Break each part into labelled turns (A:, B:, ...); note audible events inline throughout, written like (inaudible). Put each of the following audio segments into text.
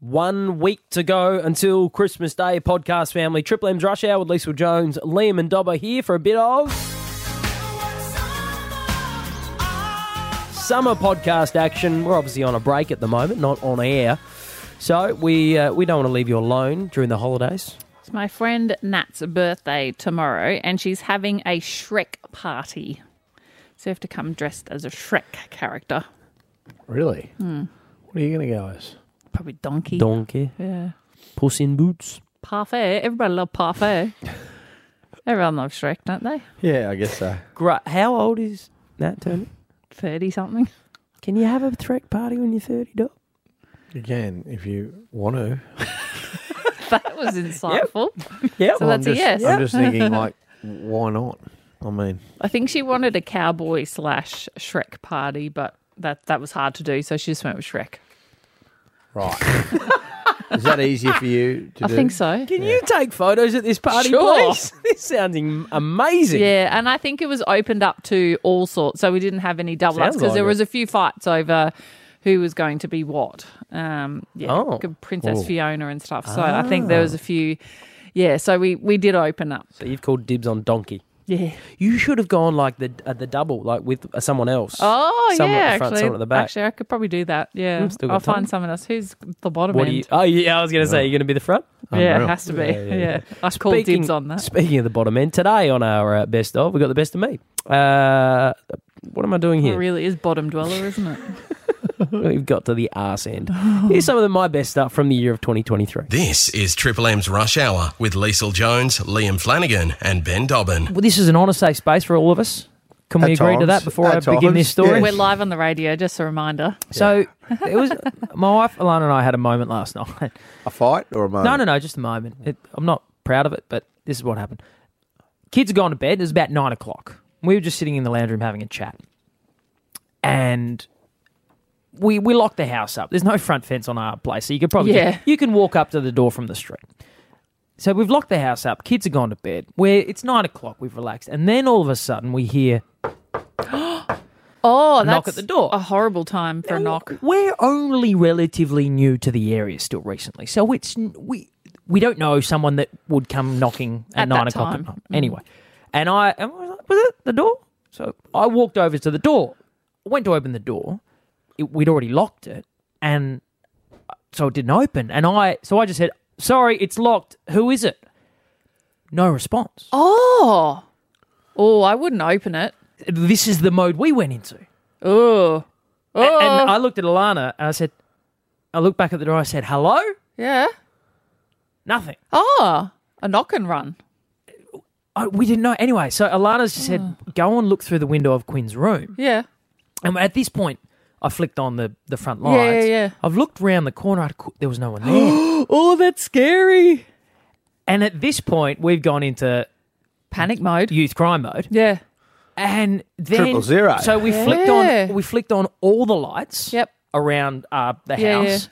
A: One week to go until Christmas Day, podcast family. Triple M's Rush Hour with Lisa Jones, Liam and Dobbo here for a bit of. Summer podcast action. We're obviously on a break at the moment, not on air. So we uh, we don't want to leave you alone during the holidays.
B: It's my friend Nat's birthday tomorrow, and she's having a Shrek party. So you have to come dressed as a Shrek character.
C: Really?
A: Hmm.
C: What are you going to go as?
B: Probably donkey.
A: Donkey,
B: yeah.
A: puss in boots.
B: Parfait. Everybody love parfait. (laughs) Everyone loves Shrek, don't they?
C: Yeah, I guess so.
A: Great. How old is Nat Turner?
B: 30 something.
A: Can you have a Shrek party when you're 30, Doc?
C: You can if you want to.
B: (laughs) That was insightful.
A: Yeah.
B: So that's
C: I'm
B: a
C: just,
B: yes.
C: I'm
A: (laughs)
C: just thinking, like, why not? I mean,
B: I think she wanted a cowboy slash Shrek party, but that, that was hard to do, so she just went with Shrek.
C: right. (laughs) Is that easier for you to
B: I
C: do?
B: think so.
A: Can you take photos at this party,
B: Sure.
A: please? (laughs) This sounds am- amazing.
B: Yeah, and I think it was opened up to all sorts. So we didn't have any double ups
A: Sounds
B: because there
A: like
B: was a few fights over who was going to be what. Um, yeah,
A: Oh. Ah.
B: good Princess
C: Ooh.
B: Fiona and stuff. So I think there was a few. Yeah, so we we did open up.
A: So you've called dibs on donkey.
B: Yeah.
A: You should have gone like the uh, the double, like with uh, someone else.
B: Oh
A: Someone
B: yeah,
A: at the front,
B: actually,
A: someone at the back.
B: actually, I could probably do that. Yeah,
A: Mm, still got
B: I'll
A: time.
B: find someone else. Who's the bottom
A: what do
B: end?
A: you? Oh yeah, I was going to say you're going to be the front.
B: Yeah,
C: Unreal.
B: it has to be. Yeah,
A: Yeah, yeah,
B: I called dibs on that.
A: Speaking of the bottom end, today on our uh, best of, we got the best of me. Uh, what am I doing
B: It
A: here?
B: really is bottom dweller,
A: (laughs)
B: isn't it?
A: We've got to the arse end. Here's some of the, my best stuff from the year of 2023.
D: This is Triple M's Rush Hour with Liesl Jones, Liam Flanagan, and Ben Dobbin.
A: Well, this is an honest safe space for all of us. Can we
C: At
A: agree to
C: times.
A: that before
C: At
A: I begin
C: times,
A: this story?
C: yes.
B: We're live on the radio. Just a reminder.
A: So it was my wife Alana and I had a moment last (laughs) night.
C: A fight or a moment?
A: No, no, no, just a moment. It, I'm not proud of it, but this is what happened. Kids had gone to bed. It was about nine o'clock. We were just sitting in the lounge room having a chat, and we we locked the house up. There's no front fence on our place, so you could probably
B: Yeah.
A: you can walk up to the door from the street. So we've locked the house up. Kids have gone to bed. We're, it's nine o'clock. We've relaxed, and then all of a sudden we hear
B: Oh,
A: knock
B: that's
A: at the door.
B: A horrible time for a knock.
A: We're only relatively new to the area still recently, so it's we we don't know someone that would come knocking at,
B: At
A: nine
B: that
A: o'clock
B: time.
A: at
B: Mm.
A: night. Anyway, and I and I was, like, was it the door? So I walked over to the door, went to open the door. It, we'd already locked it, and uh, so it didn't open. And I so I just said, "Sorry, it's locked. Who is it?" No response.
B: Oh, oh, I wouldn't open it.
A: This is the mode we went into.
B: Oh,
A: A- And I looked at Alana and I said, I looked back at the door. I said, "Hello."
B: yeah.
A: Nothing.
B: Oh, a knock and run.
A: Oh, we didn't know. Anyway, so Alana's just said,
B: Hmm.
A: go and look through the window of Quinn's room.
B: Yeah.
A: And at this point, I flicked on the, the front
B: Yeah, yeah,
A: lights.
B: yeah.
A: I've looked round the corner. I'd, cou- there was no one
B: (gasps)
A: there.
B: Oh, that's scary.
A: and at this point, we've gone into
B: Panic mode.
A: youth crime mode.
B: Yeah.
A: And then
C: Triple zero.
A: So we flicked
B: Yeah.
A: on we flicked on all the lights
B: Yep.
A: around uh, the
B: Yeah,
A: house.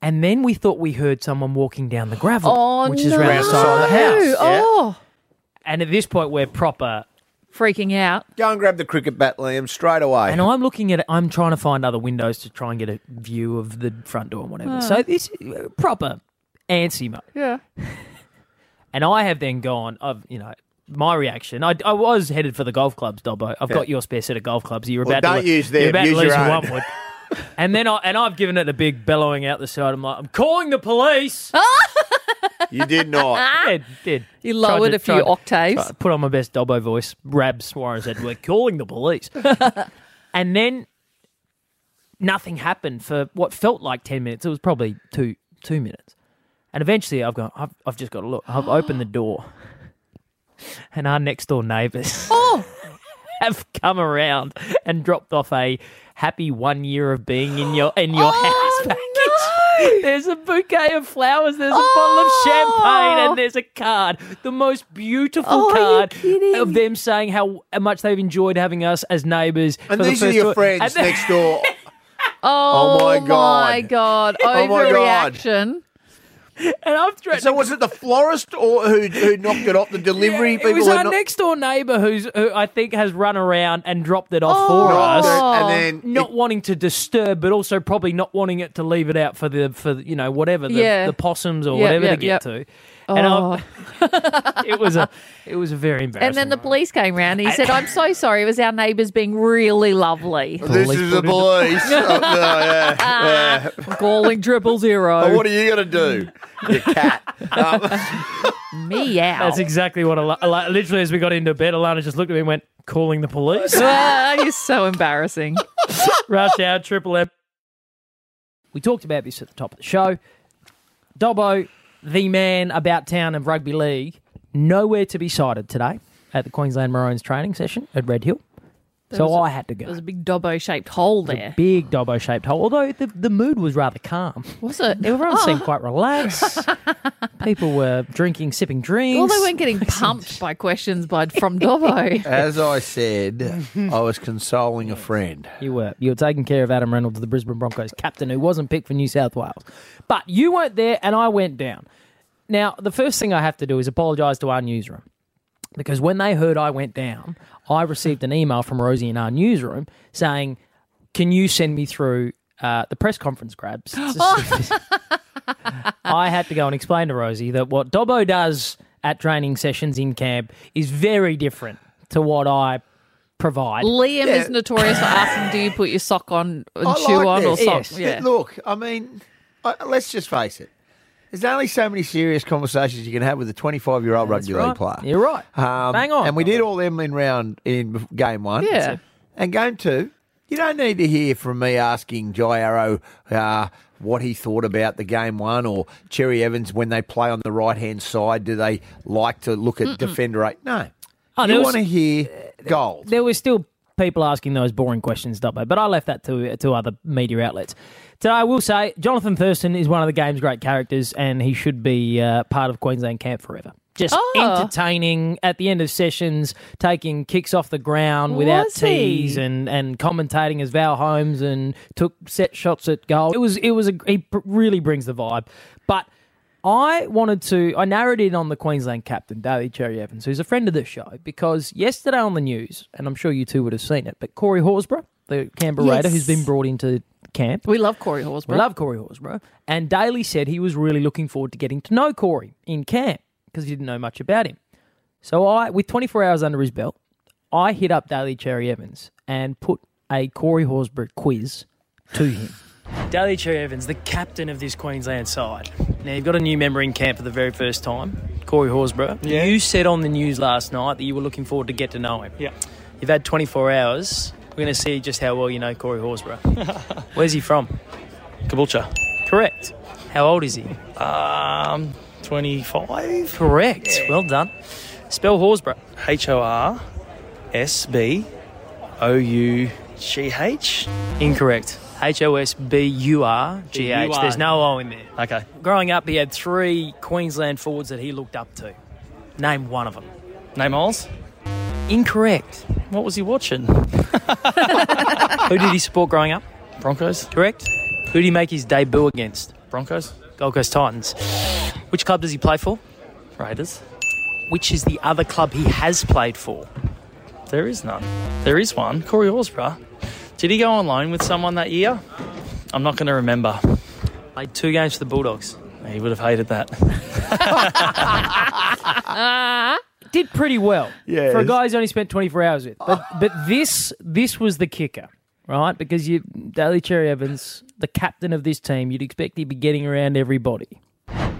A: And then we thought we heard someone walking down the gravel,
B: Oh,
A: which is
B: no.
A: round the side of the house.
B: Oh, oh.
A: And at this point, we're proper
B: freaking out.
C: Go and grab the cricket bat, Liam, straight away.
A: And I'm looking at it. I'm trying to find other windows to try and get a view of the front door and whatever. So this uh, proper antsy mode.
B: Yeah.
A: And I have then gone. I've you know my reaction. I, I was headed for the golf clubs, Dobbo. I've got your spare set of golf clubs. You're
C: Well,
A: about
C: don't
A: to, lo-
C: use them.
A: You're about
C: Use
A: to lose
C: your own.
A: one wood. And then I and I've given it a big bellowing out the side. I'm like, I'm calling the police.
C: you did
A: (laughs)
C: not.
B: (laughs)
A: Did, did.
B: You lowered
A: Tried to-
B: a few
A: tried to-
B: octaves.
A: tried to put on my best Dobbo voice. Rab Suarez said, We're calling the
B: (laughs)
A: police. and then nothing happened for what felt like 10 minutes. It was probably two two minutes. And eventually I've gone, I've, I've just got to look. I've opened the door. (laughs) And our next door neighbours
B: Oh,
A: (laughs) have come around and dropped off a happy one year of being in your in your
B: Oh,
A: house (laughs) package. (laughs) There's a bouquet of flowers, there's a bottle of champagne,
B: Oh.
A: and there's a card. The most beautiful
B: Oh, are you
A: card
B: kidding?
A: of them saying how much they've enjoyed having us as neighbours.
C: And
A: for the
C: these are
A: first
C: your
A: time.
C: friends
A: And-
C: next door.
B: oh,
C: my
B: my
A: (laughs)
B: God.
C: God. Oh, my God.
B: Overreaction.
A: and I'm threatening.
C: So was it the florist or who who knocked it off? The delivery
A: Yeah,
C: people
A: (laughs) it was
C: who
A: our
C: knocked-
A: next door neighbour who's who I think has run around and dropped it off for
B: Oh!
C: knocked
A: us.
C: it, and then
A: Not wanting to disturb, but also probably not wanting it to leave it out for the for you know whatever the,
B: Yeah.
A: the possums or
B: Yep,
A: whatever
B: yep,
A: to
B: yep.
A: get to.
B: Oh.
A: And I, it was
B: (laughs)
A: a it was a very
B: And
A: embarrassing.
B: then the police came round and he said, I'm so sorry. It was our neighbours being really lovely.
C: it, this
A: police
C: is the
A: put it in the- (laughs)
C: police. oh, no, yeah.
B: Calling triple
C: Oh,
B: zero.
C: what are you
A: (laughs)
C: gonna do, you cat? Um,
B: Meow.
A: That's exactly what Alana, Ala- literally as we got into bed, Alana just looked at me and went, "Calling the
B: (laughs)
A: police." (laughs)
B: Ah, You're so embarrassing.
A: Rush hour, (laughs) triple M. We talked about this at the top of the show. Dobbo, the man about town of rugby league, nowhere to be sighted today at the Queensland Maroons training session at Red Hill. so
B: was a-
A: I had to go.
B: There was a big Dobbo shaped hole there.
A: Big Dobbo shaped hole, although the, the mood was rather calm.
B: Was it?
A: Everyone
B: (laughs)
A: seemed quite relaxed. People were drinking, sipping drinks.
B: Well, they weren't getting pumped by questions by (laughs) from Dobbo.
C: as I (laughs) said, I was consoling a friend.
A: You were. You were taking care of Adam Reynolds, the Brisbane Broncos captain, who wasn't picked for New South Wales. But you weren't there, and I went down. Now, the first thing I have to do is apologise to our newsroom. Because when they heard I went down, I received an email from Rosie in our newsroom saying, Can you send me through uh, the press conference grabs? I had to go and explain to Rosie that what Dobbo does at training sessions in camp is very different to what I provide.
B: Liam
C: Yeah.
B: is notorious for asking, "Do you put your sock on and
C: I
B: shoe
C: like
B: on or
C: this.
B: sock?"
C: Yes. Look, I mean, I, let's just face it. There's only so many serious conversations you can have with a 25 year old rugby league player.
A: Right. You're right.
C: Um,
A: Bang on.
C: And we did all them in round in game one.
B: Yeah.
C: And game two, you don't need to hear from me asking Jai Arrow uh, what he thought about the game one or Cherry Evans when they play on the right hand side. Do they like to look at defender eight? No.
A: Oh, there
C: you
A: was- Uh,
C: want to hear gold.
A: there were still people asking those boring questions, Dobbo, but I left that to to other media outlets. Today, I will say Jonathan Thurston is one of the game's great characters, and he should be uh, part of Queensland camp forever. Just
B: Oh.
A: entertaining at the end of sessions, taking kicks off the ground without
B: Was he?
A: tees, and, and commentating as Val Holmes, and took set shots at goal. It was it was a he pr- really brings the vibe, but. I wanted to. I narrowed in on the Queensland captain, Daly Cherry Evans, who's a friend of the show, because yesterday on the news, and I'm sure you two would have seen it, but Corey Horsburgh, the Canberra
B: Yes.
A: Raider, who's been brought into camp,
B: We love Corey Horsburgh.
A: we
B: (laughs)
A: love Corey Horsburgh, and Daly said he was really looking forward to getting to know Corey in camp because he didn't know much about him. So I, with 24 hours under his belt, I hit up Daly Cherry Evans and put a Corey Horsburgh quiz to him. (laughs) Daly Cherry Evans, the captain of this Queensland side. Now you've got a new member in camp for the very first time, Corey Horsburgh. You said on the news last night that you were looking forward to get to know him.
E: Yeah.
A: You've had 24 hours. We're going to see just how well you know Corey Horsburgh. Where's he from?
E: Caboolture.
A: Correct. How old is he?
E: Um, 25.
A: Correct. Well done. Spell Horsburgh.
E: H O R S B O U G H.
A: Incorrect. H O S B U R G H.
E: B-U-R.
A: There's no O in there.
E: Okay.
A: Growing up, he had three Queensland forwards that he looked up to. Name one of them.
E: Name Miles. (laughs)
A: Incorrect.
E: What was he watching?
A: Who did he support growing up?
E: Broncos.
A: Correct. Who did he make his debut against?
E: Broncos.
A: Gold Coast Titans. Which club does he play for?
E: Raiders.
A: Which is the other club he has played for?
E: There is none. There is one. Corey Horsburgh. Did he go on loan with someone that year? I'm not going to remember.
A: Played two games for the Bulldogs.
E: He would have hated that.
A: did pretty well
C: Yes.
A: for a guy who's only spent 24 hours with. But but this this was the kicker, right? Because you Daly Cherry Evans, the captain of this team, you'd expect he'd be getting around everybody.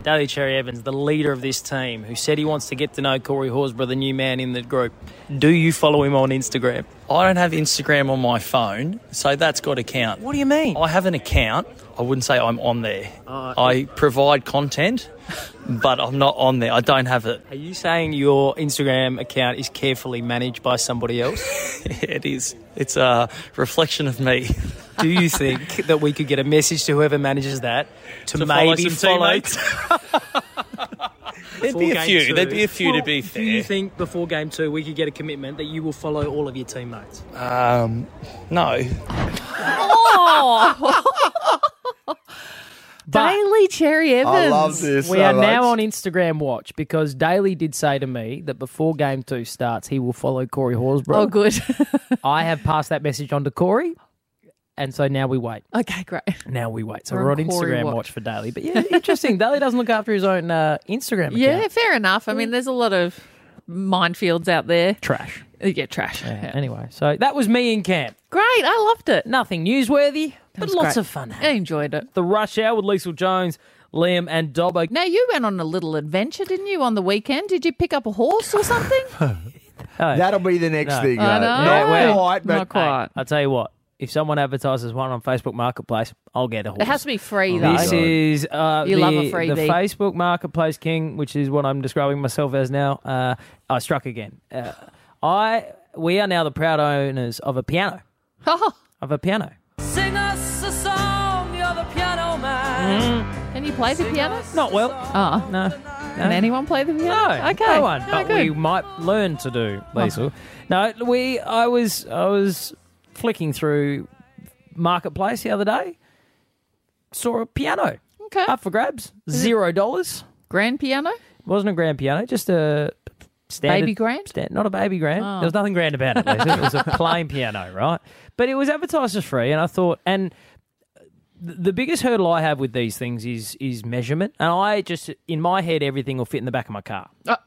A: Daly Cherry Evans, the leader of this team, who said he wants to get to know Corey Horsburgh, the new man in the group. Do you follow him on Instagram?
E: I don't have Instagram on my phone, so that's got to count.
A: What do you mean?
E: I have an account. I wouldn't say I'm on there.
A: Uh,
E: I provide content, but I'm not on there. I don't have it. (laughs)
A: Are you saying your Instagram account is carefully managed by somebody else?
E: It is. It's a reflection of me. (laughs)
A: do you think that we could get a message to whoever manages that to,
E: To follow
A: maybe
E: some
A: follow
E: teammates?
A: (laughs)
E: There'd be a few. There'd be a few to be
A: Do you
E: fair.
A: think before game two we could get a commitment that you will follow all of your teammates?
E: um, no.
A: But-
B: Daily Cherry Evans.
C: I love this.
A: We
C: I
A: are
C: like-
A: now on Instagram watch because Daly did say to me that before game two starts, he will follow Corey Horsbrough.
B: Oh, good. (laughs)
A: I have passed that message on to Corey. And so now we wait.
B: okay, great.
A: Now we wait. So
B: We're
A: we're on
B: on Corey
A: Instagram
B: watch.
A: watch. for Daly. But yeah, interesting. Daly doesn't look after his own uh, Instagram account.
B: Yeah, fair enough. I mean, there's a lot of minefields out there.
A: Trash.
B: You get trash.
A: Yeah, Anyway, so that was me in camp.
B: Great. I loved it.
A: Nothing newsworthy, but
B: was
A: lots
B: great.
A: of fun.
B: I enjoyed it.
A: The rush hour with Liesl Jones, Liam, and Dobbo.
B: Now, you went on a little adventure, didn't you, on the weekend? Did you pick up a horse or something?
C: That'll be the next thing.
B: I
C: mate.
B: know.
C: Not
A: well,
C: quite, but
B: Not quite.
A: I'll tell you what. If someone advertises one on Facebook Marketplace, I'll get a horse.
B: It has to be free, though. (laughs)
A: This is uh,
B: You
A: the,
B: love a freebie.
A: the Facebook Marketplace King, which is what I'm describing myself as now. Uh, I struck again. Uh, I we are now the proud owners of a piano.
B: Oh.
A: Of a piano.
F: Sing us a song, you're the piano man.
B: Mm. Can you play the piano?
A: Not well.
B: Oh,
A: No.
B: can anyone play the piano?
A: No,
B: Okay.
A: no one.
B: Oh,
A: But
B: good. Oh.
A: we might learn to do Liesl. No, we. I was. I was flicking through marketplace the other day. Saw a piano
B: Okay.
A: up for grabs. Zero dollars.
B: Grand piano?
A: wasn't a grand piano, just a standard
B: Baby grand? Oh.
A: stand- not a baby grand. There was nothing grand about it. Lisa. it was
B: (laughs)
A: a plain piano, right? But it was advertised as free, and I thought, and th- the biggest hurdle I have with these things is is measurement, and I just in my head everything will fit in the back of my car.
B: (laughs)
A: Ev-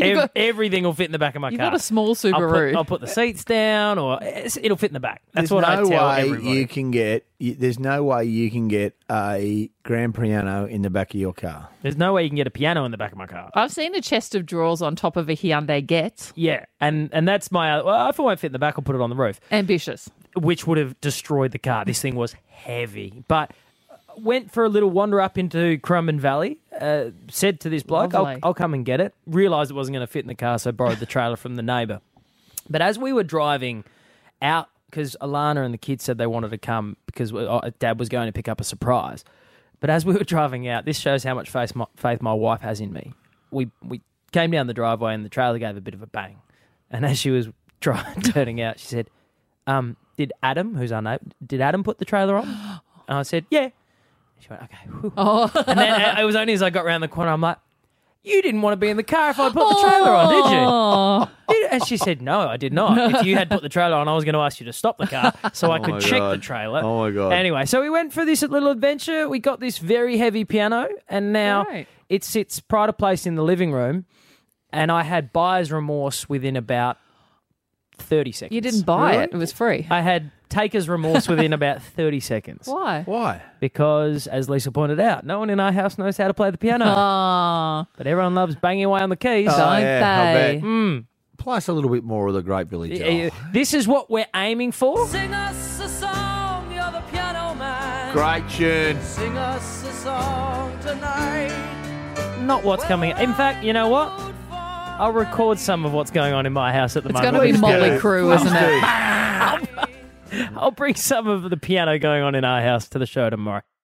B: Oh. got-
A: everything will fit in the back of my
B: You've
A: car.
B: got a small
A: I'll put,
B: Subaru.
A: I'll put the seats down, or it's- it'll fit in the back. That's
C: there's
A: what
C: no
A: I tell
C: way
A: everybody.
C: you can get. You, there's no way you can get a grand piano in the back of your car.
A: There's no way you can get a piano in the back of my car.
B: I've seen a chest of drawers on top of a Hyundai Get.
A: Yeah, and and that's my. Well, if it won't fit in the back, I'll put it on the roof.
B: Ambitious.
A: which would have destroyed the car. This thing was heavy, but went for a little wander up into Crumman Valley. Uh, said to this bloke, I'll,
B: Lovely.
A: "I'll come and get it." Realised it wasn't going to fit in the car, so borrowed the trailer from the neighbour. But as we were driving out, because Alana and the kids said they wanted to come because uh, Dad was going to pick up a surprise. But as we were driving out, this shows how much faith my, faith my wife has in me. We we came down the driveway and the trailer gave a bit of a bang, and as she was driving (laughs) turning out, she said, um, "Did Adam, who's our neighbor, did Adam put the trailer
B: (gasps)
A: on?" And I said, "Yeah." She went, "Okay." whew."
B: Oh.
A: And then uh, it was only as I got round the corner, I'm like, "You didn't want to be in the car if I put the trailer on, did you?"
B: Oh,
A: Did- And she said, "No, I did not. If you had put the trailer on, I was going to ask you to stop the car
C: (laughs)
A: so I could
C: Oh my
A: check the
C: God.
A: trailer."
C: Oh my God.
A: Anyway, so we went for this little adventure. We got this very heavy piano, and now
B: Right.
A: it sits pride of place in the living room. And I had buyer's remorse within about thirty seconds.
B: you didn't buy it. It was free.
A: I had taker's remorse within
B: (laughs)
A: about thirty seconds
B: Why?
C: Why?
A: because, as Lisa pointed out, no one in our house knows how to play the piano,
B: Oh,
A: but everyone loves banging away on the keys.
B: don't
C: yeah, I'll
B: they?
C: bet. Play us a little bit more of the Great Billy Joel.
A: Uh, This is what we're aiming for.
F: Sing us a song, you're the piano man.
C: Great tune.
F: Sing us a song tonight.
A: not what's coming. In fact, you know what? I'll record some of what's going on in my house at the
B: It's
A: moment.
B: going to be
C: Please
B: Motley
C: do.
B: Crue, isn't it?
A: I'll bring some of the piano going on in our house to the show tomorrow.